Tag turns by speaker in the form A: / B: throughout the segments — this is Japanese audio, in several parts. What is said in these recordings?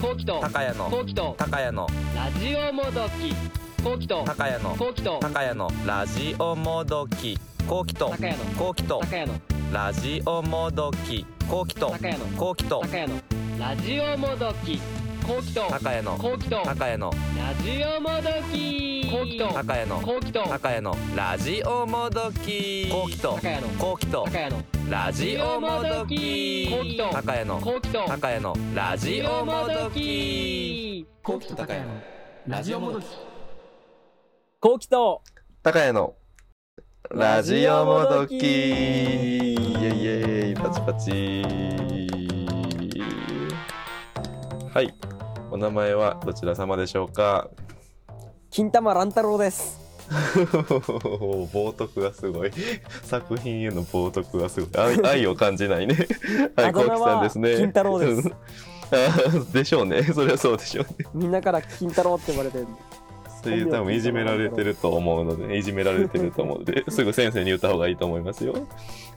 A: こうきと
B: 高谷の
A: こうきと
B: 高谷の
A: ラジオもどきこうきと
B: 高谷の
A: こうきと
B: 高谷のラジオもどきこうきと
A: 高谷の
B: こうきと
A: 高谷の
B: ラジオもどきこうきと
A: 高谷の
B: こうきと
A: 高谷のラジオもどきこうきと
B: 高谷の
A: こうきと
B: 高
A: ラ
B: 谷の
A: ジオもどきこうきと
B: 高谷の
A: こうきと
B: 高谷のラジオもどきこうきと
A: 高谷の
B: こうきと
A: 高谷の
B: ラジオもどき
A: こうきと
B: 高谷の
A: こうきと
B: 高谷のラジオも
C: 高木と高谷のラジオもどき
D: 高谷のラジオもど
E: こうきと
B: どき
D: きイエイイエイパチパチはいお名前はどちら様でしょうか
E: 金玉乱太郎です
D: 冒涜がすごい作品への冒涜がすごい愛愛を感じ ないねはい
E: あだ
D: 小
E: 名
D: 木
E: は
D: さんですね
E: 金太郎です
D: うんあでしょうねそれはそうでしょうね
E: みんなから金太郎って呼ばれてる
D: それ多分いじめられてると思うのでいじめられてると思うの ですぐ先生に言った方がいいと思いますよ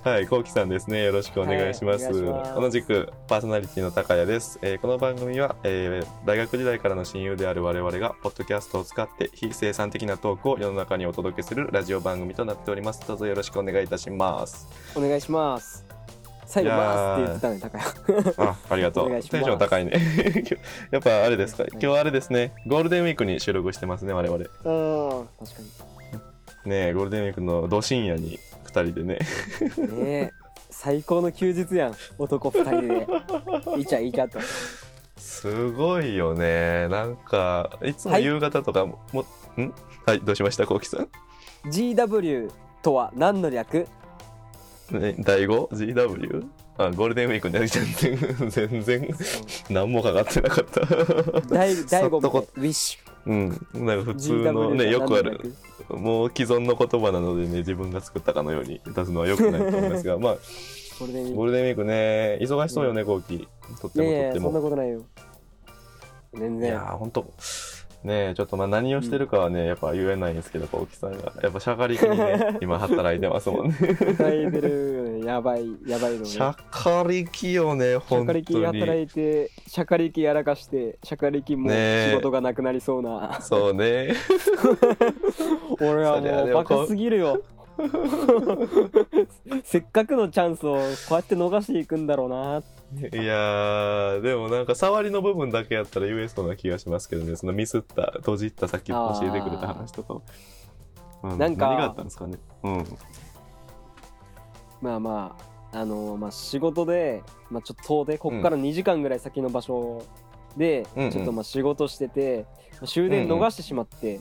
D: はいこうきさんですねよろしくお願いします,、
E: はいお願いします
D: 同じくパーソナリティの高谷です、えーこの番組は、えー大学時代からの親友である我々がポッドキャストを使って非生産的なトークを世の中にお届けするラジオ番組となっておりますどうぞよろしくお願いいたします
E: お願いします最
D: い
E: 後
D: やー
E: ますって言ってたね高谷
D: あ、ありがと
E: お
D: う。
E: 願
D: テン
E: いし
D: シ
E: ます
D: ョン高いね。 やっぱあれですか。
E: はい
D: 今日あれですね。ゴールデンウィークに収録してますね、我々。ね
E: うん確かに
D: えゴールデンウィークのど深夜に2人でね。
E: ねえ最高の休日やん男二人でいちゃいちゃと
D: すごいよね。なんか、いつも
E: はい
D: 夕方とかも、もんはい、どうしました、こうきさん。
E: GW とは何の略
D: ね、第 5?GW? あ、ゴールデンウィークね。全然、 全然、何もかかってなかった。
E: 第第
D: そ
E: 5
D: っと
E: 部
D: こ
E: ウィッシ
D: うん。なんか普
E: ュ
D: 通のね、よくある。
E: GW
D: もう既存の言葉なのでね、自分が作ったかのように出すのは良くないと思います が、まあ、
E: これでいい
D: ゴールデンウィークね、忙しそうよね、後期。とって
E: い
D: も
E: やい
D: とっ
E: や
D: て
E: そんな
D: も。
E: ことないよ全
D: いや
E: 然
D: ー、ほんと。ねえ、ちょっとまあ何をしてるかはね、やっぱ言えないんですけど、後期さんが。やっぱしゃがりきにね、 今働いてますもんね。
E: 働いてるよねやばいやばいのね
D: しゃかりきよね、
E: シャ
D: 本
E: カ
D: 当
E: リキ働
D: に。
E: いて、シャカリキやらかして、シャカリキも
D: ね
E: う
D: え
E: 仕事がなくなりそう な。
D: そうね。
E: 俺は
D: そりゃ
E: もう
D: でも
E: バ
D: こう
E: カすぎるよ。 せっかくのチャンスをこうやって逃していくんだろうな。
D: いやー、でもなんか触りの部分だけやったら言えそうな気がしますけどね、そのミスった、閉じった先教えてくれた話とかを。う
E: なんか
D: 何があったんですかね。うん。
E: まあまあ、あのーまあ仕事で、まあちょっと遠出、ここから2時間ぐらい先の場所で、
D: うんうん
E: ちょっとまあ仕事してて、まあ終電逃してしまって、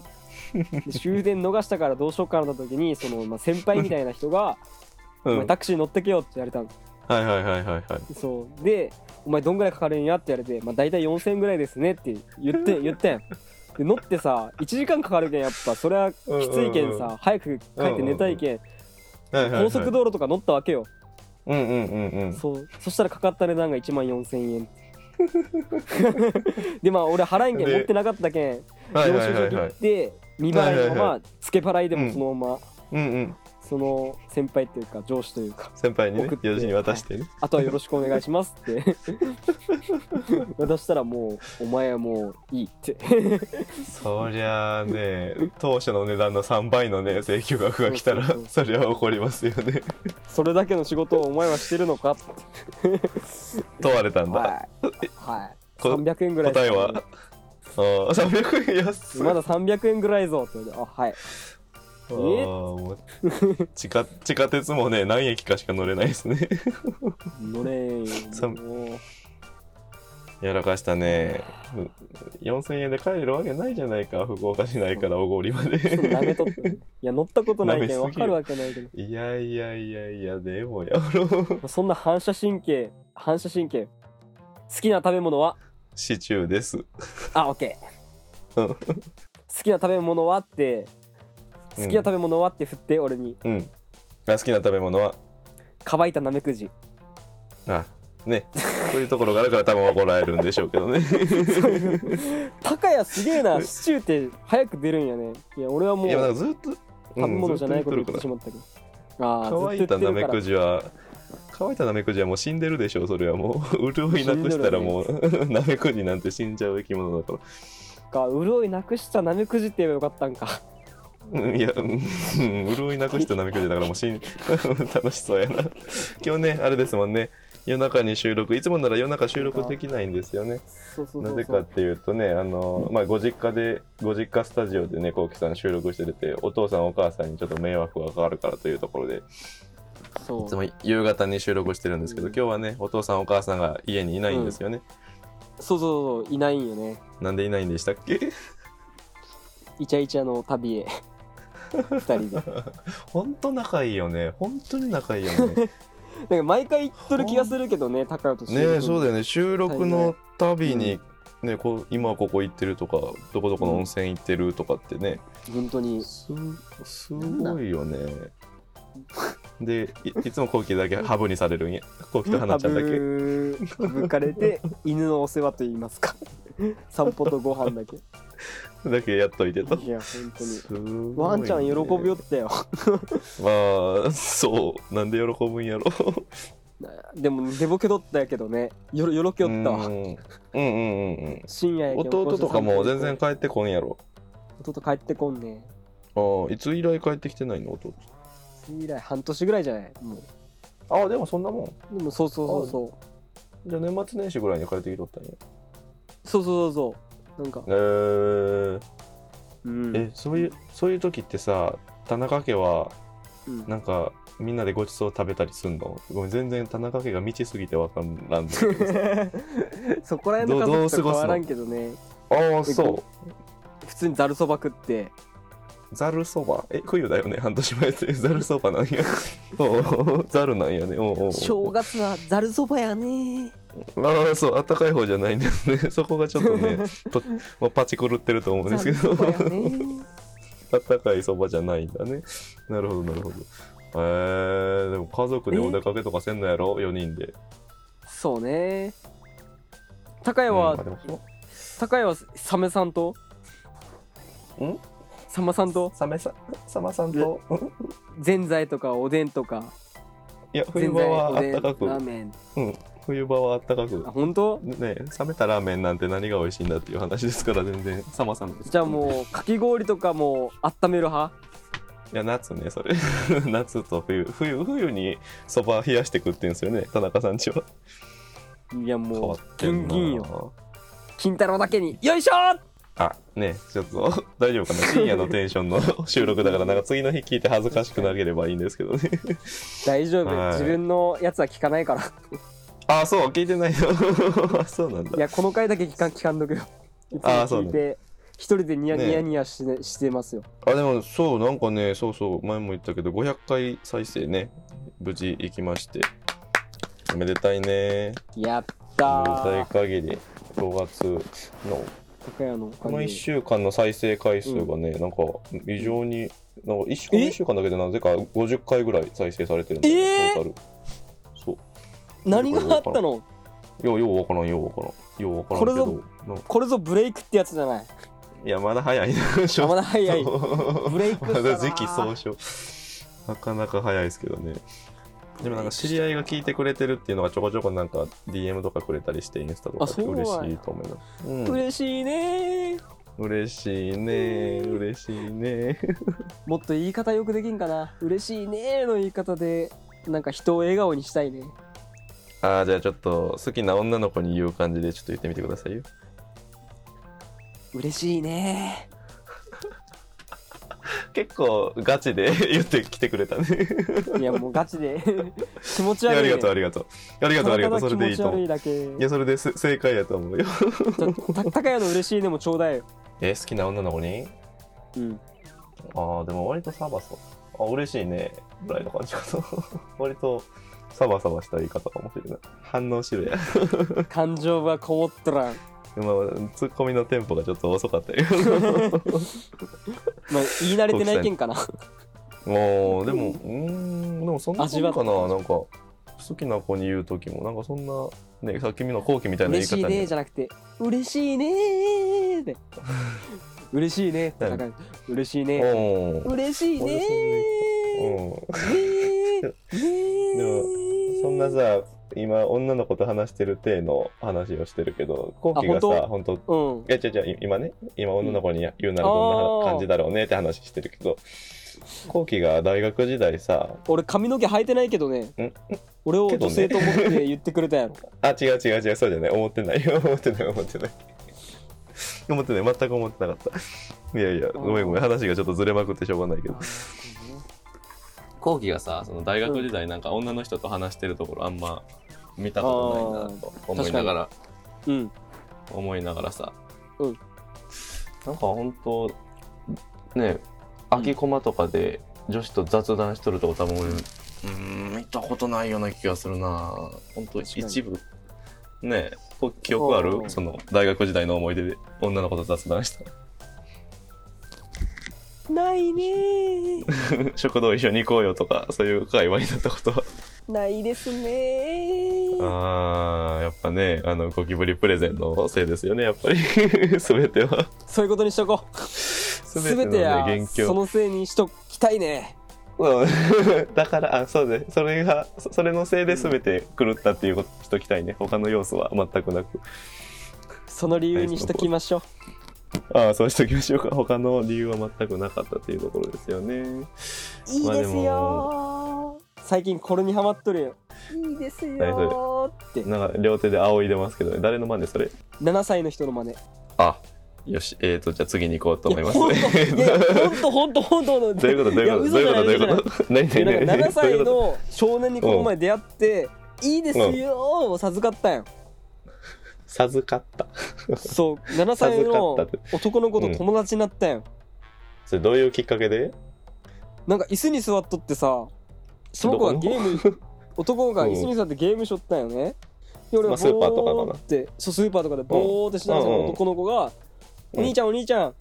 E: で終電逃したからどうしようかなと時に、その、まあ、先輩みたいな人が、
D: う
E: お前
D: ん、
E: タクシー乗ってけよって言われたの。
D: はいはいはいはいはい。
E: そうで「お前どんぐらいかかるんや?」って言われて「まあ、大体4000円ぐらいですね」って言って 言ったやんで乗ってさ1時間かかるけんやっぱそれはきついけん
D: うんうんう
E: さ早く帰って寝たいけん
D: はいはいはい
E: 高速道路とか乗ったわけよ
D: うんうんうんうん。
E: そうそしたらかかった値段が1万4000円 でまあ俺払えんけん
D: で
E: 持ってなかったけん
D: はい
E: 領
D: はい
E: 収
D: は
E: 書
D: い
E: 切
D: はい
E: っ。て未払いのま
D: はいはい
E: ま付け払いでもそのまま
D: うんうん。
E: その先輩っていうか上司というか
D: 先輩にね
E: 送っ、て
D: 用事に渡してね。
E: あとはよろしくお願いしますって渡したらもうお前はもういいって
D: そりゃあね、当初の値段の3倍のね、請求額が来たら
E: そうそう、
D: そりゃ怒りますよね。
E: それだけの仕事をお前はしてるのかって
D: 問われたんだ。
E: はい、はい、
D: こ
E: 300円ぐらい
D: 答えは、あー300円安い。
E: まだ300円ぐらいぞって言われてあはい
D: あーもう地下地下鉄もね、何駅かしか乗れないですね。
E: 乗れんよ
D: さん
E: もう
D: やらかしたね。う4000円で帰れるわけないじゃないか、福岡市内から小郡ま
E: ちょっと
D: で。
E: 舐めとったいや乗ったことないけん
D: 舐め
E: 分
D: すぎ
E: か
D: よ
E: るわけないけど
D: いやいやいやいや、でもやろう。
E: そんな反射神経反射神経好きな食べ物は
D: シチューです。
E: あオッケ
D: う
E: ー
D: ん
E: 好きな食べ物はって好きな食べ物はって振って俺に
D: うん。あ好きな食べ物は、
E: 乾いたナメクジ
D: あ、ね、そういうところがあるから多分怒られるんでしょうけどね。
E: 高谷すげえなシチューって早く出るんやねいや俺はもう
D: いや、なん
E: 食
D: かずっと、
E: べ物じゃないこと
D: 言
E: 言
D: っ
E: ってて
D: る
E: し
D: か
E: まったけどああ
D: ら。乾いたナメク
E: ジ
D: ジは、乾いたナメクジはもう死んでるでしょそれはもう潤いなくしたらもう ナメクジなんて死んじゃう生き物だから
E: か潤いなくしたナメクジって言えばよかったんか
D: うんいや、うんうん潤いなくしたナメクジだからもうしん 楽しそうやな。今日ね、あれですもんね、夜中に収録、いつもなら夜中収録できないんですよね。
E: そうそうそ
D: な
E: う
D: ぜ
E: そ
D: か
E: う
D: っていうとね、あの、まあ、ご実家で、ご実家スタジオでね、こうきさん収録してて、お父さんお母さんにちょっと迷惑がかかるからというところで、
E: そう
D: いつも夕方に収録してるんですけど、今日はね、お父さんお母さんが家にいないんですよね。
E: そうそうそういないんよね
D: なんでいないんでしたっけ
E: イチャイチャの旅へ二人でなん
D: ほんと仲いいよね。ほんとに仲いいよ ね。
E: か毎回言っとる気がするけどね高代と
D: ねえそうだ
E: よ
D: よね収録のたびに、ねこう今ここ行ってるとかどこどこの温泉行ってるとかってね、
E: 本当に
D: すすごいよねでいいつもコウキだけハブにされるんやコウキとハナちゃんだけ
E: ぶぶかれて犬のお世話と言いますか散歩とご飯だけ
D: だけやっといてと
E: いや本当に
D: すごいね
E: ワンちゃん喜ぶよってよ
D: まあそうなんで喜ぶんやろ
E: でも寝ぼけとったやけどねよろよろけよった
D: う
E: わ
D: んうんうんうん
E: 深夜や けど
D: 弟とかも全然帰ってこんやろ
E: 弟帰ってこんね
D: ああいつ以来帰ってきてないの弟
E: 以来半年ぐらいじゃないも
D: ああでもそんなもん
E: うでもそうそうそうそう
D: じゃあ年末年始ぐらいに帰ってきとったんや
E: そうそうそうそうなんか
D: えー
E: うん
D: えそういうそういう時ってさ田中家は
E: うん
D: なんかみんなでごちそう食べたりすんのごめん全然田中家が道すぎてわからんん
E: そこら辺の
D: どうどう
E: 家
D: 過ご
E: 族と
D: すの
E: 変わらんけどね
D: ああ
E: そ普通にざるそば食って
D: うざるそばえ冬だよね半年前ってざるそばなんや おうざるなんやねおうおうおう
E: 正月はざるそばやね
D: ああそうあったかい方じゃないんですね そこがちょっとねと、まあ、パチ狂ってると思うんですけどあったかいそばじゃないんだねなるほどなるほどえー、でも家族でお出かけとかせんのやろ4人で
E: そうね高谷は、
D: うんまあでもそう
E: 高谷はサメさんと
D: ん
E: サマさんと
D: サメさサマさんとうん
E: ぜんざいとかおでんとか
D: いや
E: ぜ
D: 冬
E: ん
D: 場
E: ざい
D: は
E: お
D: あ
E: で
D: っ
E: ん
D: た
E: ラ
D: かく
E: ーメン
D: 冬場はあったかく
E: あ本当
D: ね冷めたラーメンなんて何が美味しいんだっていう話ですから全然サマさんです
E: じゃあもうかき氷とかも温める派
D: いや夏ねそれ 夏と冬冬冬にそば冷やして食ってんですよね田中さんちはい
E: や
D: 変わ
E: も
D: っ
E: う
D: て
E: ギ
D: ん
E: ン
D: な
E: ギンよ金太郎だけによいしょー
D: あねちょっと 大丈夫かな深夜のテンション の収録だからなんか次の日聞いて恥ずかしくなければいいんですけどね
E: 大丈夫、
D: はい
E: 自分のやつは聞かないから
D: あそう聞いてない のあそうなん
E: い
D: だ
E: やこの回だけ聞かん聞かんどくよいつ も
D: あーそうな
E: 聞
D: いんだ
E: て一人でニヤ
D: ね
E: ニヤニヤして,、してますよ
D: あでもそうなんかねそうそう前も言ったけど500回再生ね無事行きましておめでたいね
E: やっ
D: お
E: た
D: めで
E: ー
D: たい限り5月の
E: 高谷の
D: こ
E: こ
D: の1週間の再生回数がね、なんか異常になんか一週この1週間だけでなぜか50回ぐらい再生されてるんだよ、
E: えー
D: トータルそう
E: 何があったの
D: ようようわからんようわからんようわからんけ
E: こ
D: どなん
E: これぞブレイクってやつじ ゃない
D: いやまだ早いな
E: あまだ早いブ
D: ブ
E: レイクした
D: ま
E: な
D: だ時期尚早なかなか早いですけどねでもなんか知り合いが聞いてくれてるっていうのがちょこちょこなんか DM とかくれたりしてインスタとか
E: あ
D: で
E: そうなん
D: 嬉
E: や
D: しいと思います、うん、
E: 嬉しいねー
D: 嬉しいね嬉しいね
E: もっと言い方よくできんかな嬉しいねーの言い方でなんか人を笑顔にしたいね
D: ああじゃあちょっと好きな女の子に言う感じでちょっと言ってみてくださいよ
E: 嬉しいね
D: 結構ガチで 言ってきてくれたね
E: ーいやもうガチ で気持
D: い
E: ち悪い、
D: や ありが
E: ね、
D: とうありがとうありがとうありがとうそれ
E: ただ
D: でいいと
E: 気持ち悪
D: 思う
E: いだけ
D: いやそれです正解やと思うよ
E: ちょた高谷の嬉しいねもちょうだいよ
D: え好きな女の子に
E: うん
D: ああでも割とサバサバあ嬉しいねぐらいの感じかな 割とサバサバした言い方かもしれない反応しろや
E: 感情がこもっとらん
D: まあツッコミのテンポがちょっと遅かったよ
E: まあ、言い慣れてないけんかな。
D: もうでもうーんでもそんなもん
E: 味わった
D: かななんか好きな子に言う時もなんかそんなねさっきみの後期みたいな言い
E: 嬉
D: 方
E: しい
D: に
E: ねじゃなくて、嬉しいねーで。嬉しいねって高い。嬉しいね。
D: おー
E: 嬉しいねー。ね
D: うん
E: ーねー
D: でもそんなさ今女の子と話してる体の話をしてるけどこうきが
E: あ
D: さ本当
E: うん
D: いや違う違う今ね今女の子に言うならどんな
E: あー
D: 感じだろうねって話してるけどこうきが大学時代さ
E: 俺髪の毛生えてないけどね
D: ん
E: 俺を
D: けど
E: 女
D: ね
E: 性と思って言ってくれたやろ
D: あ違う違う違うそうじゃない思ってないよ 思ってない思ってない思ってない全く思ってなかったい やいやごめんごめん話がちょっとずれまくってしょうがないけど後期がさその大学時代なんか女の人と話してるところあんま見たことないなと思いながら
E: うん
D: 思いながらさ、
E: うん
D: なんか本当ね空きコマとかで女子と雑談しとるとこ多分俺うん見たことないような気がするな本当
E: かに
D: 一部ねえこ記憶あ
E: う
D: る
E: ん
D: その大学時代の思い出で女の子と雑談した
E: ないねー
D: 食堂一緒に行こうよとかそういう会話になったことは
E: ないですねー
D: あーやっぱねあのゴキブリプレゼンのせいですよねやっぱり 全ては
E: そういうことにしとこう
D: 全
E: 全てや
D: 元凶
E: そのせいにしときたいね
D: うん だからあそうねそれがそそれのせいで全て狂ったっていうことしときたいね他の要素は全くなく
E: その理由にしときましょう
D: ああそうしときましょうか他の理由は全くなかったっていうところですよね
E: いい
D: まあ
E: で
D: ですも
E: よー最近これにハマっとるよいいです
D: 何
E: よーって
D: なんか両手で仰いでますけどね誰の真似それ
E: 7歳の人の真似
D: あよしえーとじゃあ次に行こうと思います
E: い やほんとほんとほんとほんとほんと
D: どういうことどういうことどういうことどういうこと何
E: いや
D: 何
E: なん
D: 何
E: か7歳
D: どういうこ
E: の少年にこの前出会って「いいですよ」を授かったんよ
D: と授かった
E: そう7歳の
D: 授かっ
E: 男の子と友達になったんよ
D: それどういうきっかけで
E: なんか椅子に座っとってさその子が
D: どこ
E: ゲ ーム男が椅子に座ってゲームしょったんよねで俺
D: ま
E: は
D: あスーパーとかかな
E: ボーってそうスーパーとかでボーってしながらそ
D: うんうん
E: の男の子が「
D: うん
E: お兄ちゃんお兄ちゃん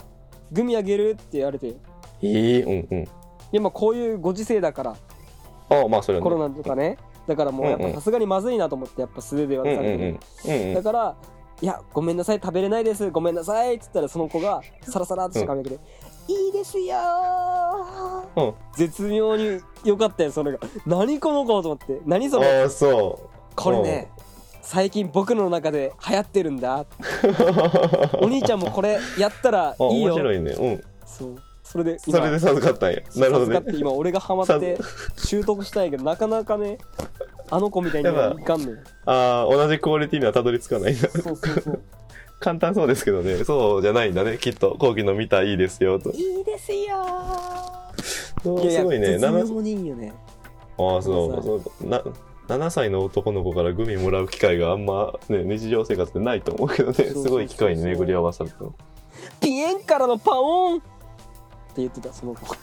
E: グミあげる?」って言われてい
D: ええうんうん
E: やまあこういうご時世だから
D: ああまあそれは
E: コ
D: ね
E: ロナとかねだからもうやっぱさすがにまずいなと思ってやっぱ素手で言わ
D: うん
E: れ
D: うんうんん
E: ただけど
D: うんう
E: だ
D: ん
E: から「いやごめんなさい食べれないですごめんなさい」っつったらその子がサラサラっとした髪の毛で「いいですよー」
D: うん
E: 絶妙に良かったよそれが「何この子」と思って「何それ
D: ああそ
E: これね最近僕の中で流行ってるん だ
D: う
E: お兄ちゃんもこれやったら
D: あ
E: いい
D: 面
E: よ
D: 白いねうん」
E: そうそれで
D: それで授かったんやなるほど
E: 授かって
D: ね
E: 今俺がハマって習得したんやけどなかなかねあの子みたいにはいかんのよ
D: ああ同じクオリティにはたどり着かないな
E: そうそう そう
D: 簡単そうですけどねそうじゃないんだねきっと後期の見たいいですよと
E: いいですよ
D: お
E: ー
D: ーすごいね
E: 絶
D: 七
E: 妙にいいよね
D: ああそうそうな7歳の男の子からグミもらう機会があんま、ね、日常生活でないと思うけどね
E: うそうそう
D: すごい機会に巡り合わされたの
E: ピエンからのパオンって言ってたその子
D: 今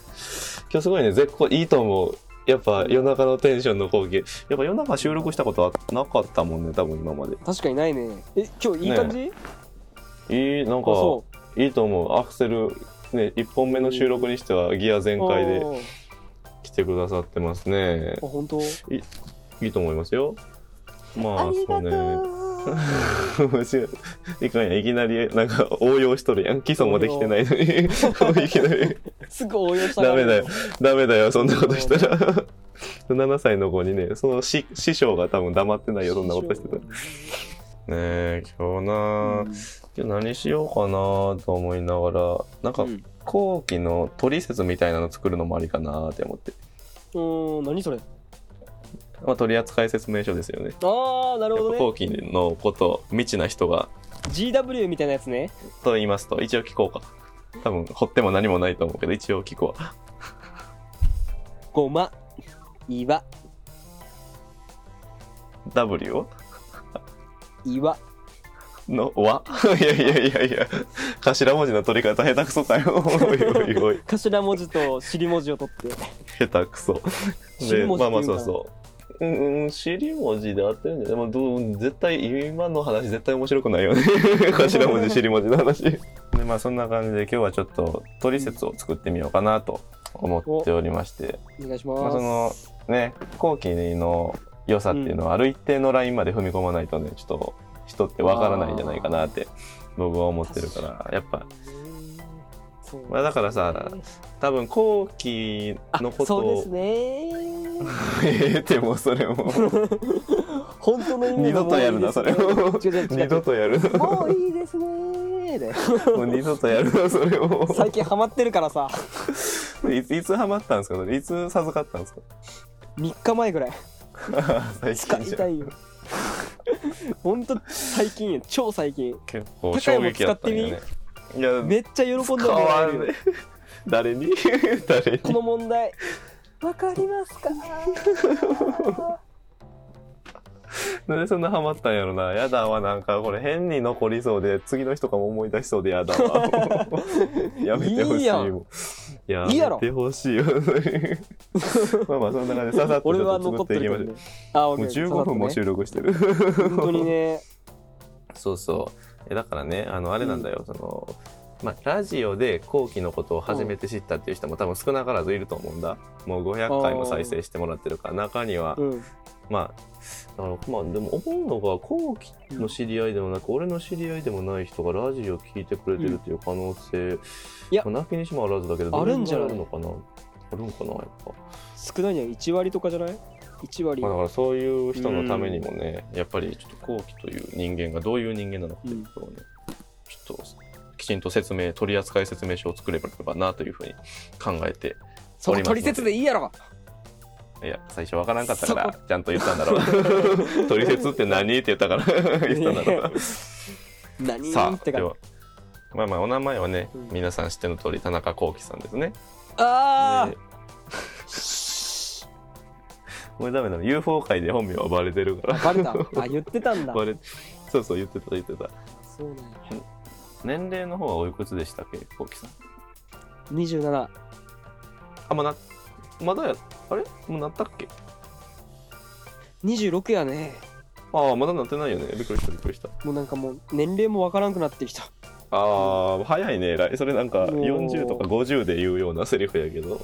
D: 日すごいね絶好いいと思うやっぱ夜中のテンションの後期やっぱ夜中収録したことはなかったもんね多分今まで
E: 確かにないねえ今日いい感じ、
D: いいなん
E: あ
D: か
E: そ
D: いいと思うアクセルね1本目の収録にしてはギア
E: う
D: 全開で来てくださってますね
E: あ本当
D: いいと思いますよまあそうね いかんやんいきなりなんか応用しとるやん基礎もできてないのにいきなり
E: すぐ応用した
D: ダ
E: がる
D: メだよ ダメだよそんなことしたら 7歳の子にねその師師匠が多分黙ってないよそんなことしてたらねえ今日なあ、今日何しようかなあと思いながらなんか
E: うん
D: 後期の取説みたいなの作るのもありかなって思って、
E: うーん何それ
D: まあ、取扱説明書ですよね
E: ああなるほ
D: やっぱ
E: ど
D: 後
E: ね
D: 期のこと未知な人が
E: GW みたいなやつね
D: と言いますと一応聞こうか多分掘っても何もないと思うけど一応聞こう
E: ごま岩
D: W を
E: 岩
D: の和 いやいやいやいや頭文字の取り方下手くそかよおいおいおい
E: 頭文字と尻文字を取って
D: 下手くそで
E: 尻文字
D: まあま
E: っ
D: あ
E: てい
D: そううんそうう
E: だ
D: んうん尻文字で合ってるんじゃないまあどう絶対今の話絶対面白くない よね頭文字尻文字の話でまあそんな感じで今日はちょっと取説を作ってみようかなと思っておりまして
E: お願いし
D: まあ、
E: ます、
D: そのね後期の良さっていうのはある一定のラインまで踏み込まないとねちょっと人ってわからないんじゃないかなって僕は思ってるからやっぱ、
E: そう
D: まあ、だからさ多分後期のこ
E: そ
D: と
E: うです
D: を
E: ね
D: ええってもうそれ もう
E: 本当の意味
D: 二度とやるなそれも
E: 違う違う違う
D: 二度とや るな
E: もういいですねーで
D: もう二度とやるなそれも
E: 最近ハマってるからさ
D: いついつハマったんですかそれいつ授かったんですか
E: 3日前ぐらい
D: 最
E: 使
D: 近
E: い
D: じ
E: た
D: ゃん
E: いよ本当最近よ超最近
D: 結構衝撃やったんやねいや
E: めっちゃ喜んでも
D: 変
E: ら
D: わ
E: える
D: ん
E: よ
D: ね 誰に誰に
E: この問題わかりますか
D: なんでそんなハマったんやろな。やだわ、なんかこれ変に残りそうで、次の人が思い出しそうでやだわ。 やめてほしいもん。や
E: いいや
D: め
E: ろ
D: てほしいよ。 まあまあ、そんな感じで、ささっと
E: 俺
D: ちょ
E: は
D: っと
E: 残
D: 作
E: っ
D: ってていき
E: る
D: ましょ
E: けど
D: う。
E: ねあオッケ
D: もう
E: ー
D: 15分も
E: そう
D: 収
E: だ
D: 録してる。
E: ったね本当にね
D: そうそう。えだからね、あの、あれなんだよ、その、まあ、ラジオで後期のことを初めて知ったっていう人も多分少なからずいると思うんだ。もう500回も再生してもらってるから、中には、
E: うん
D: まあ、だからまあでも思うのが後期の知り合いでもなく、俺の知り合いでもない人がラジオ聞いてくれてるっていう可能性、
E: いや
D: まあなきにしもあらずだけど
E: あるんじゃない
D: どれぐらいあるのかなあるんかなやっぱ、
E: 少ないんじゃない1割とかじゃない1割
D: まあ、だからそういう人のためにもね、やっぱりちょっと後期という人間がどういう人間なのかっていうところをね、ちょっときちんと説明取扱説明書を作ればいいのかなというふうに考えて
E: そ
D: おりますの
E: の取
D: で
E: 説でいいやろ
D: いや最初わからんかったからちゃんと言ったんだろ う取説って何って言ったから言ったんだろうな
E: 何
D: さ
E: っ
D: あ
E: て
D: で
E: か
D: はまあまあお名前はね、
E: うん
D: 皆さん知っての通り田中幸喜さんですね。
E: あ
D: で これダメだね UFO 界で本名はバレてるか
E: あ
D: ら
E: バレ たあ言ってたんだ
D: バレそうそう言ってた言ってた
E: そうなんや
D: 年齢の方はおいくつでしたっけ幸喜さん
E: 27
D: あまあなまだやあれもうなったっけ
E: 26やね
D: ああまだなってないよねびっくりしたびっくりした
E: もうなんかもう年齢もわからんくなってきた
D: ああ早いねえらいそれなんか
E: もう
D: 40とか50で言うようなセリフやけど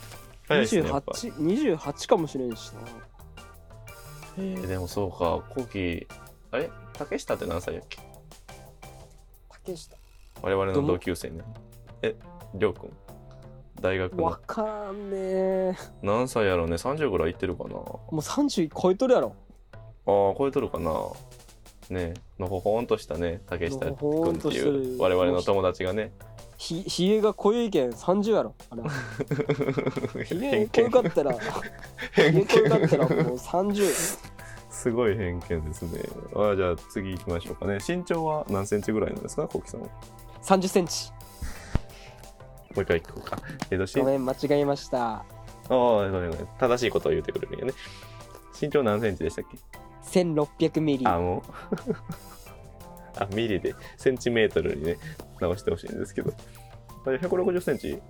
D: 早いですねやっぱ
E: 28, 28かもしれんしな
D: えーでもそうか幸喜あれ竹下って何歳やっけ
E: 竹下
D: 我々の同級生ね。え、りょうくん。大学
E: わ
D: の
E: からんねー
D: 何歳やろうね ?30 ぐらいいってるかなああ、
E: もう30超えとるやろ
D: 超えとるかなねのほほんとしたね、竹下
E: のほほ
D: くんっ
E: ん
D: て
E: としてる
D: いう我々の友達がね。
E: ひひげが濃いけん30やろ あれはひげ濃いかったらひげ
D: 偏
E: 濃いかったらも
D: 見。
E: う30
D: すごい偏見ですね。あじゃあ次行きましょうかね。身長は何センチぐらいなんですかコウキさんは。も
E: 30センチ
D: う一回行こうか。えっと、身
E: ごめん間違えました
D: あーごめんごめん正しいことを言ってくれるんやね。身長何センチでしたっけ
E: 1600ミリ
D: あもう あミリでセンチメートルにね直してほしいんですけどあれ160センチ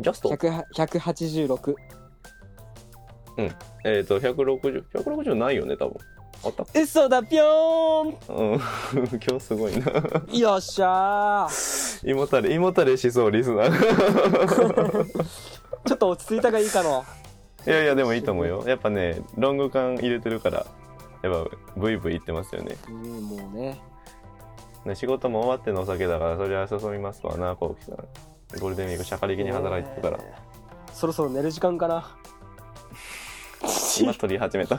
D: ジャスト
E: 100 186
D: えっ、と160160 160ないよね多分あった
E: 嘘だぴょー
D: うん 今日すごいなん
E: よっしゃー
D: 胃もたれ胃もたれしそうリスナー
E: ちょっと落ち着いたがいいかの
D: いやいやでもいいと思うよやっぱねロング缶入れてるからやっぱブイブイいってますよね
E: うんもうね
D: ね仕事も終わってのお酒だからそりゃ進みますわなこうきさんゴールデンウィークシャカリキに働いてたから
E: そろそろ寝る時間 かな
D: 今撮り始めた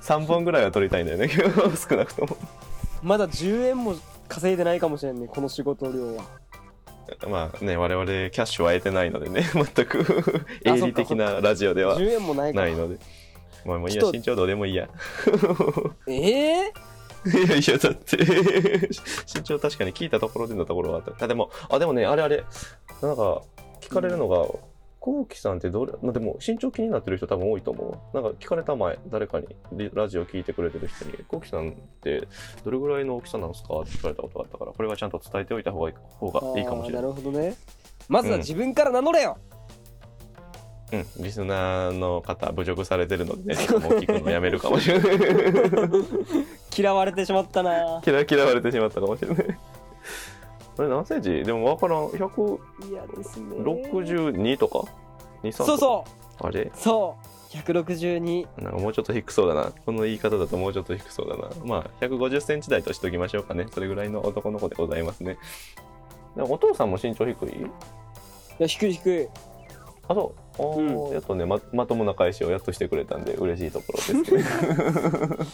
D: 3本ぐらいは撮りたいんだよね 今日少なくとも
E: まだ10円も稼いでないかもしれんねこの仕事量は
D: まあね我々キャッシュは得てないのでね全く営利的なラジオでは
E: 10円もないか
D: な
E: ら
D: いのでまあもういい
E: ち
D: や
E: ょっと
D: 身長どうでもいいや
E: ええ
D: いやいやだって身長確かに聞いたところでのところはあったあでもあでもねあれあれなんか聞かれるのが、こうきさんってどれまあでも身長気になってる人多分多いと思うなんか聞かれた前誰かにリラジオ聞いてくれてる人に「こうきさんってどれぐらいの大きさなんですか?」って聞かれたことがあったからこれはちゃんと伝えておいた方がいい方がいいかもしれ ない
E: あーなるほどねまずは
D: うん
E: 自分から名乗れよ、
D: うんリスナーの方侮辱されてるのでねちょっともう聞くのやめるかもしれない
E: 嫌われてしまったな
D: 嫌嫌われてしまったかもしれないあれ何センチでもわからん100
E: いやですね
D: 62とか23
E: そう
D: う
E: そ
D: あれ
E: うそう162
D: なんかもうちょっと低そうだなこの言い方だともうちょっと低そうだなまあ1 5 0センチ台としておきましょうかねそれぐらいの男の子でございますねでもお父さんも身長低い
E: いや低い低い
D: ああそうおーやっとねままともな返しをやっとしてくれたんで嬉しいところですけ ど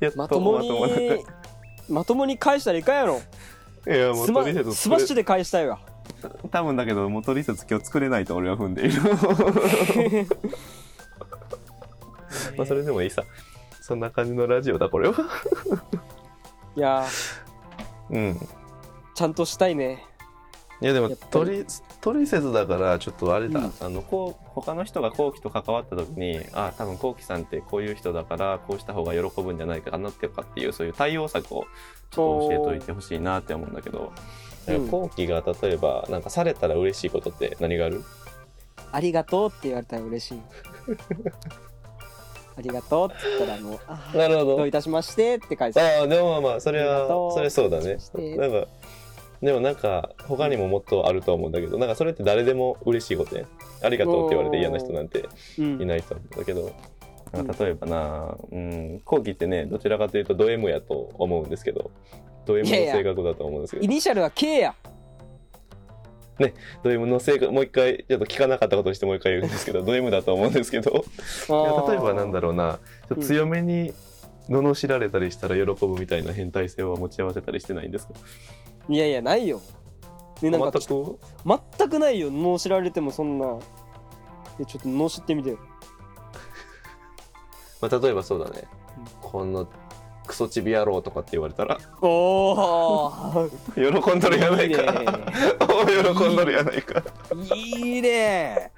D: やっと
E: まともに
D: まともな
E: まともに返したらいかんやろ
D: 返いやもう
E: スマ
D: トリセツ
E: スマッシュ
D: で
E: で返し たいわ
D: 多分だけどもうトリセツ今日作れないと俺は踏んでいる まあそれでもいいさそんな感じのラジオだこれは
E: いやー
D: うん
E: ちゃんとしたいね
D: いやでも
E: やっぱ
D: ト
E: り
D: リトリセツだからちょっとあれだ、
E: うん
D: あのこう他の人がこうきと関わった時にあ多分こうきさんってこういう人だからこうした方が喜ぶんじゃないかなっていうかっていうそういう対応策をちょっと教えといてほしいなって思うんだけど
E: うん
D: なんかこうきが例えばなんかされたら嬉しいことって何がある
E: ありがとうって言われたら嬉 しいありがとうって言ったらもうあー
D: なるほ
E: どういたしましてって返す
D: ああでもまあまあそれ
E: ありが
D: は
E: とう
D: それそうだね
E: そして
D: なんかでもなんか他にももっとあると思うんだけどなんかそれって誰でも嬉しいことねありがとうって言われて嫌な人なんて
E: うん
D: いないと思うんだけどなんか例えばなうん後期ってねどちらかというとド M やと思うんですけどド M の
E: いやいや
D: 性格だと思うんですけど
E: イニシャルは K や
D: ド M の性格もう一回ちょっと聞かなかったことにしてもう一回言うんですけどド M だと思うんですけどいや例えばなんだ
E: ろ
D: ろうなちょっと強めに罵られたりしたら喜ぶみたいな変態性は持ち合わせたりしてないんですか
E: ういやいやないよねなんか
D: 全く
E: 全くないよ脳知られてもそんなえちょっと脳知ってみてよ
D: まあ、例えばそうだね、
E: うん
D: このクソチビ野郎とかって言われ たら
E: おお
D: 喜んどるやない
E: いいね
D: かお 喜んどるやないか
E: いいね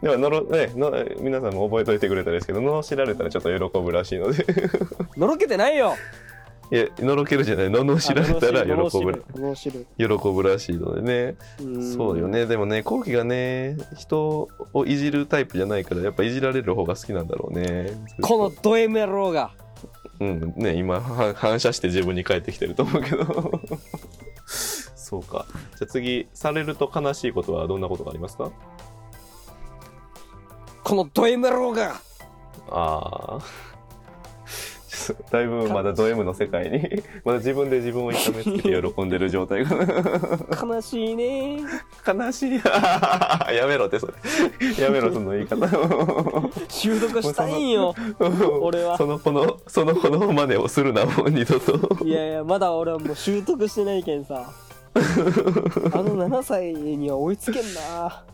D: ではのろ、ね、の皆さんも覚えといてくれたらですけど罵られたらちょっと喜ぶらしいの で
E: のろけてないよ
D: いやのろけるじゃない罵られたら喜ぶ
E: 脳知る
D: 喜ぶらしいのでねそうよねでもね後期がね人をいじるタイプじゃないからやっぱいじられる方が好きなんだろうね
E: このド M 野郎が
D: うんね今は反射して自分に返ってきてると思うけ どそうかじゃあ次されると悲しいことはどんなことがありますか
E: このド M 野郎が
D: ああだいぶまだド M の世界に まだ自分で自分を痛めつけて喜んでる状態が
E: 悲しいね
D: 悲しいやめろってそれ やめろその言い方
E: 習得したいんよ俺 は
D: その子のその子の真似をするなもう二度と
E: いやいやまだ俺はもう習得してないけんさあの7歳には追いつけん な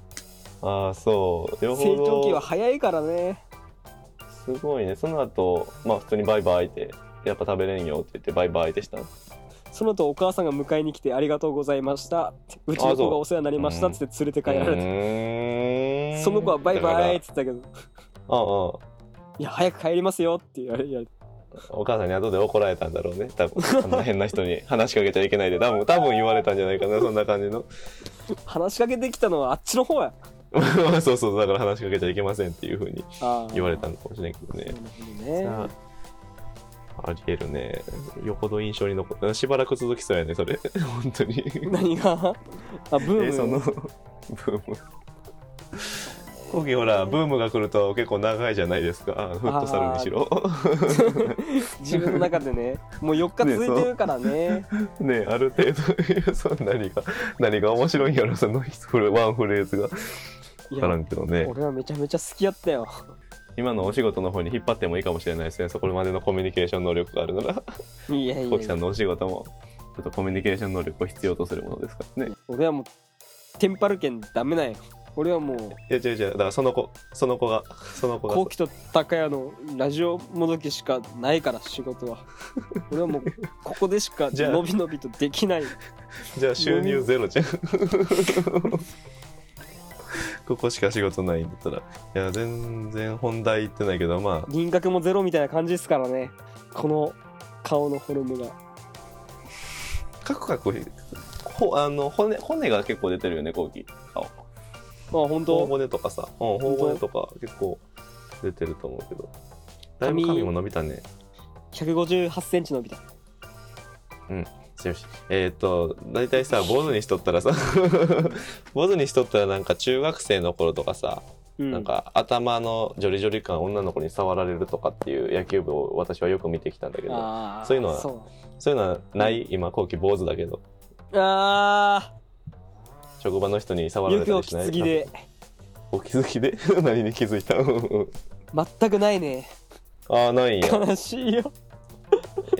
D: ああそう両方
E: 成長期は早いからね
D: すごいねその後まあ普通にバイバイってやっぱ食べれんよって言ってバイバイでしたの
E: その後お母さんが迎えに来てありがとうございましたってうち
D: あ
E: の
D: そ
E: 子
D: う
E: がお世話になりましたっつって連れて帰られて
D: れ
E: その子はバイバイっつったけど
D: ああ
E: いや早く帰りますよって言われいや
D: お母さんに後で怒られたんだろうね多分あんな変な人に話しかけちゃいけないで多分多分言われたんじゃないかなそんな感じの
E: 話しかけてきたのはあっちの方や
D: そうそうだから話しかけちゃいけませんっていうふうに
E: あー
D: 言われたのかもしれないけどね
E: なるほどね
D: あありえるねよほど印象に残ったしばらく続きそうやねそれ 本当に
E: 何があブーム
D: えそのブーム後期ほらブームが来ると結構長いじゃないですかフットサルにしろ
E: 自分の中でねもう4日続いてるからね
D: ねえある程度 いやそん何が何が面白いんやろその一フレワンフレーズが
E: い
D: 分から
E: や
D: んけどね
E: 俺はめちゃめちゃ好きやったよ
D: 今のお仕事の方に引っ張ってもいいかもしれないですねそこまでのコミュニケーション能力があるなら
E: いやいやい
D: 後期さ
E: や
D: んのお仕事もちょっとコミュニケーション能力を必要とするものですからね
E: 俺はもうテンパるけんダメなんよ俺はもう
D: いや違う違うだからその子その子がその子が
E: 後期と高谷のラジオもどきしかないから仕 事は俺はもうここでしか
D: じゃあ
E: のびのびとできない
D: じゃあ収入ゼロじゃん。 ここしか仕事ないんだったら。いや、全然本題言ってないけど、まあ、
E: 輪郭もゼロみたいな感じですからねこの顔のフォルムが
D: カクカク、ほあの骨骨が結構出てるよね、後期。顔。
E: まあ本
D: 頬
E: 当
D: 骨とかさ、うん、頬骨とか結構出てると思うけど。だいぶ髪も伸びたね。
E: 158センチ伸びた
D: よしえーっと大体 さ坊主にしとったらさ 坊主にしとったらなんか中学生の頃とかさ
E: うん
D: なんか頭のジョリジョリ感女の子に触られるとかっていう野球部を私はよく見てきたんだけど
E: あー
D: そういうのは
E: そ
D: そういうのはない今後期坊主だけど
E: うあ
D: 職場の人に触ら
E: よ
D: れ
E: く
D: た
E: お
D: り
E: 気
D: しない
E: づきで
D: お気づきで 何に気づいたうんうん
E: 全くないね
D: ああないんやね
E: 悲しいよ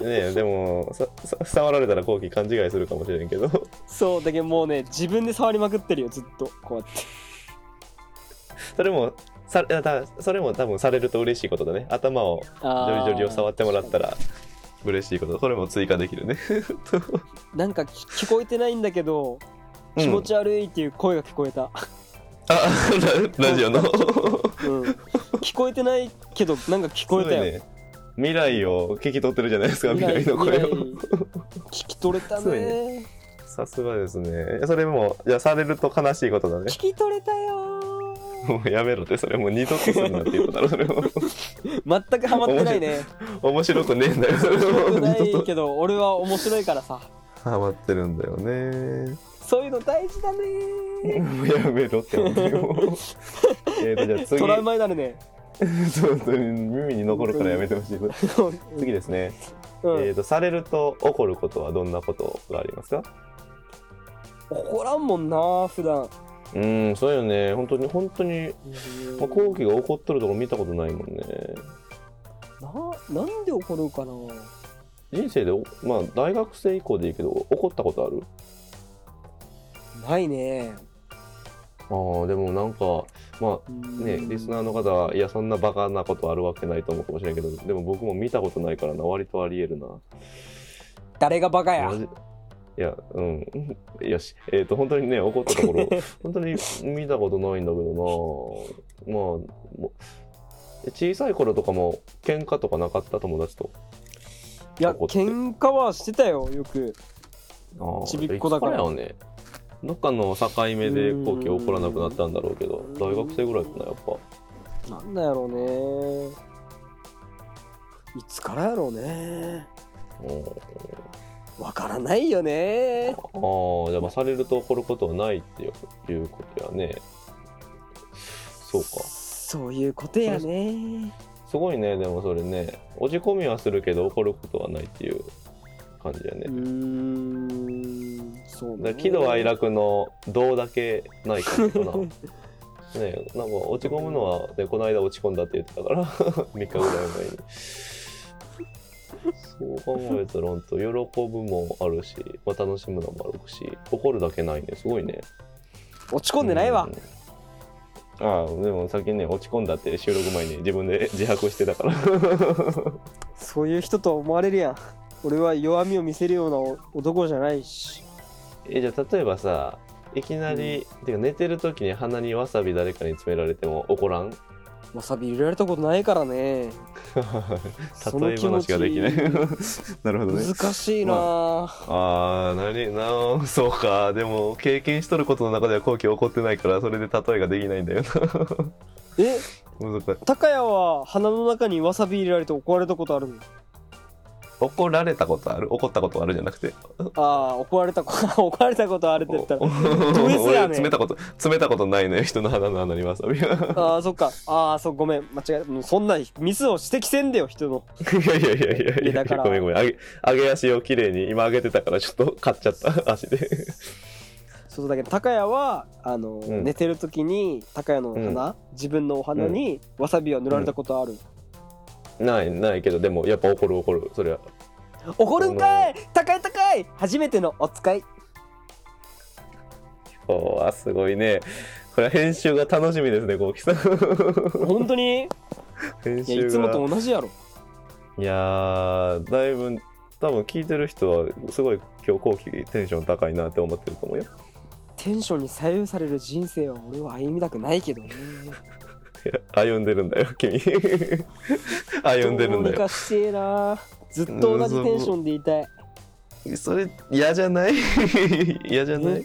D: えでもささ触られたら後期勘違いするかもしれんけど
E: そうだけどもうね自分で触りまくってるよずっとこうやって
D: それもさだからそれも多分されると嬉しいことだね頭をジョリジョリを触ってもらったら嬉しいことそれも追加できるね
E: なんか聞聞こえてないんだけど気持ち悪いっていう声が聞こえた、
D: あララジオの
E: うん、聞こえてないけどなんか聞こえたよ、
D: すごいね未来を聞き取ってるじゃないですか未来の
E: 未
D: 声
E: 来
D: を
E: 聞き取れた
D: すごい
E: ね
D: さすがですねそれもじゃあされると悲しいことだね
E: 聞き取れたよ
D: もうやめろってそれもう二度とするなっていうことだろそれも
E: 全くハマってないね
D: 面白くねえんだよそれ
E: 面白
D: も
E: くな
D: 二度
E: い
D: と
E: けど俺は面白いからさ
D: ハマってるんだよね
E: そういうの大事だね
D: もう やめろって本当にもう えーとじゃあ次
E: トラウマにな るね
D: 本当に耳に残るからやめてほしい次ですね、
E: うん
D: えーとされると怒ることはどんなことがありますか
E: 怒らんもんな普段
D: うんそうよね本当に本当にまあ、後期が怒っとるとこ見たことないもんね
E: ななんで怒るかな
D: 人生でおまあ大学生以降でいいけど怒ったことある
E: ないね
D: あーでもなんかまあねリスナーの方はいやそんなバカなことあるわけないと思うかもしれんけどでも僕も見たことないからな割とありえるな
E: 誰がバカや
D: マジいやうんよしえっ、と本当にね怒ったとこ ろ本当に見たことないんだけどなまあもう小さい頃とかも喧嘩とかなかった友達と
E: いや
D: 怒って
E: 喧嘩はしてたよよく
D: ああ
E: ちびっこだか
D: い
E: ら
D: つよねどっかの境目で後期起こらなくなったんだろうけど
E: うん
D: 大学生ぐらいかなやっぱ
E: なんだやろうねいつからやろうね
D: うん
E: わからないよね
D: ああじゃあまあされると怒ることはないっていうことやねそうか
E: そういうことやね
D: すごいねでもそれね落ち込みはするけど怒ることはないっていう感じやね
E: うーんそう
D: だから
E: ね
D: 喜怒哀楽の「どう」だけないかもなねなんか落ち込むのは、ね、この間落ち込んだって言ってたから 3日ぐらい前にそう考えたらほんと喜ぶもあるし、まあ、楽しむのもあるし怒るだけないねすごいね
E: 落ち込んでないわ
D: うんああでも先にね落ち込んだって収録前に自分で自白してたから
E: そういう人とは思われるやん俺は弱みを見せるような男じゃないし
D: えじゃあ例えばさいきなり、てか寝てる時に鼻にわさび誰かに詰められても怒ら ん例
E: わさび入れられたことないからね
D: え話ができない なるほどね
E: 難しいな、
D: ああ何な そうかでも経験しとることの中では後期怒ってないからそれで例えができないんだ よ
E: え
D: な難しい
E: 高谷は鼻の中にわさび入れられて怒られたことあるの
D: 怒られたことある怒ったことあるじゃなくて
E: ああー怒られたこと 怒られたことあるって言った らド S
D: 俺
E: やね
D: 詰めたこと詰めたことないのよ人の鼻の穴にわさび は
E: ああそっかああそうごめん間違えたうんそんなミスを指摘せんでよ人の
D: いやいやいやいやいや
E: いやだから
D: ごめんごめん上げ上げ足を綺麗に今上げてたからちょっと買っちゃった足で
E: そうだけど高谷はあの、
D: ん
E: 寝てる時に高谷の鼻、自分のお鼻にわさびを塗られたことある、
D: ないないけどでもやっぱ怒る怒るそれは
E: 怒るんかい高い高い初めてのお使い
D: おーあすごいねこれは編集が楽しみですねこうきさん
E: 本当に
D: 編
E: いや
D: 集が
E: いつもと同じやろ
D: いやーだいぶ多分聞いてる人はすごい今日後期テンション高いなって思ってると思うよ
E: テンションに左右される人生は俺は歩みたくないけどね
D: いや歩んでるんだよ君 歩んでるん
E: どう
D: だ
E: に
D: よ
E: かしてえなずっと同じテンションでいたい
D: それ嫌じゃない 嫌じゃない
E: え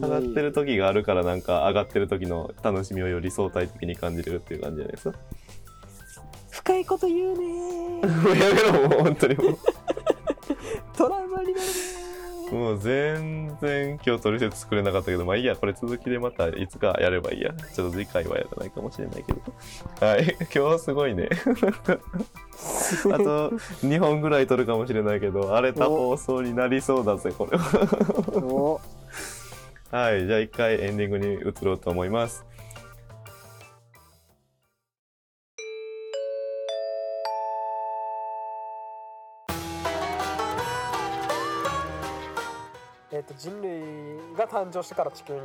D: 下がってる時があるからなんか上がってる時の楽しみをより相対的に感じれるっていう感じじゃないですか
E: 深いこと言うね
D: もうやめろもう本当にも
E: トラウマになるね
D: うもう全然今日取説作れなかったけどまあいいやこれ続きでまたいつかやればいいやちょっと次回はやらないかもしれないけどはい 今日はすごいね あと2本ぐらい取るかもしれないけど荒れた放送になりそうだぜこれは
E: お
D: はい、じゃあ一回エンディングに移ろうと思います。
F: えっと人類が誕生してから地球に、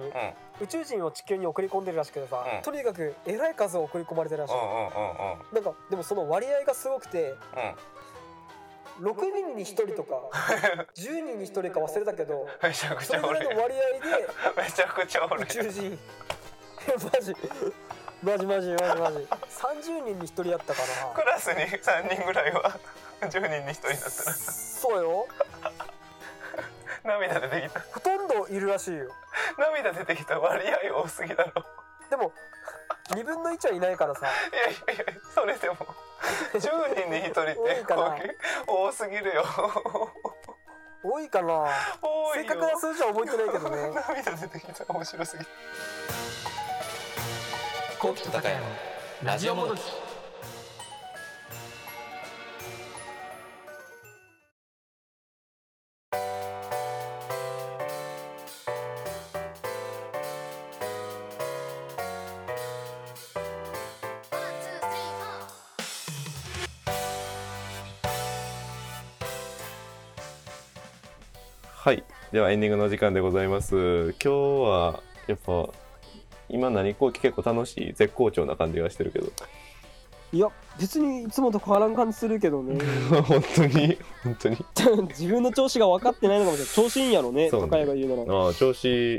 F: 宇宙人を地球に送り込んでるらしくてさ、
B: うん
F: とにかくえらい数を送り込まれてるらしい、なんかでもその割合がすごくて、6人に1人と か10人に1人か忘れたけど
B: めちゃく
F: それぐらいの割合
B: めちゃくちゃ
F: で宇宙人 マジマジマジマジマジ30人に1人やったかな
B: ラスに3人ぐらいは10人に1人だったら
F: そうよ
B: 涙出てきた
F: ほとんどいるらしいよ
B: 涙出てきた割合多すぎだろ
F: でも2分の1はいないからさ
B: いやいやいやそれでも10人に1人って
F: 多いかな
B: 多すぎるよ
F: 多いかな
B: 多
F: 正
B: いよ
F: 確な数字は覚えてないけどね
B: 涙出てきた面白すぎる
C: 幸喜と高山のラジオもどき
D: はい、ではエンディングの時間でございます。今日はやっぱ今何後期結構楽しい絶好調な感じがしてるけど
E: いや別にいつもと変わらん感じするけどね
D: 本当に本当に
E: 自分の調子が分かってないのかもしれない調子いいんやろね
D: そうね
E: 高山が言うなら
D: ああ調子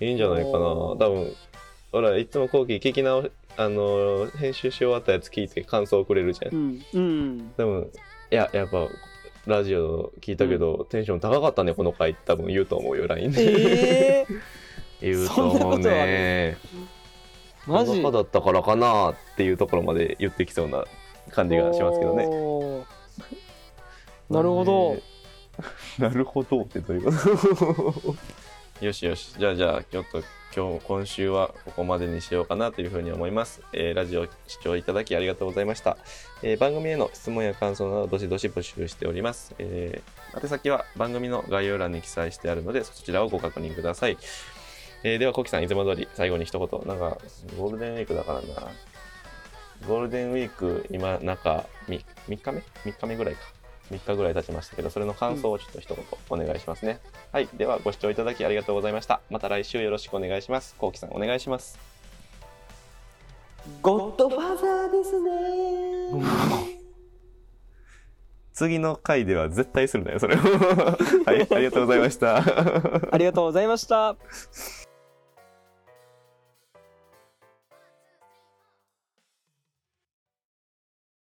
D: いいんじゃないかな多
E: おー
D: 分ほらいつも後期聞き直しあのー編集し終わったやつ聞いて感想をくれるじゃん、
E: うん うん
D: 多分いややっぱラジオ聞いたけど、テンション高かったねこの回多分言うと思うよ LINE で、
E: ええー、
D: 言うと思うね
E: マジ
D: だったからかなっていうところまで言ってきそうな感じがしますけどね
E: ねなるほど、
D: なるほどってどういうこと よしよしじゃあじゃあちょっと今日今週はここまでにしようかなというふうに思います、えーラジオ視聴いただきありがとうございました、えー番組への質問や感想などどしどし募集しております、えー宛先は番組の概要欄に記載してあるのでそちらをご確認ください、えーではコキさんいつも通り最後に一言なんかゴールデンウィークだからなゴールデンウィーク今中 3, 3日目 ?3 日目ぐらいか3日ぐらい経ちましたけど、それの感想をちょっと一言お願いしますね。はい、ではご視聴いただきありがとうございました。また来週よろしくお願いします。こうきさんお願いします。
E: ゴッドファーザーですね
D: 次の回では絶対するなよ、それを。はい、ありがとうございました。
E: ありがとうございました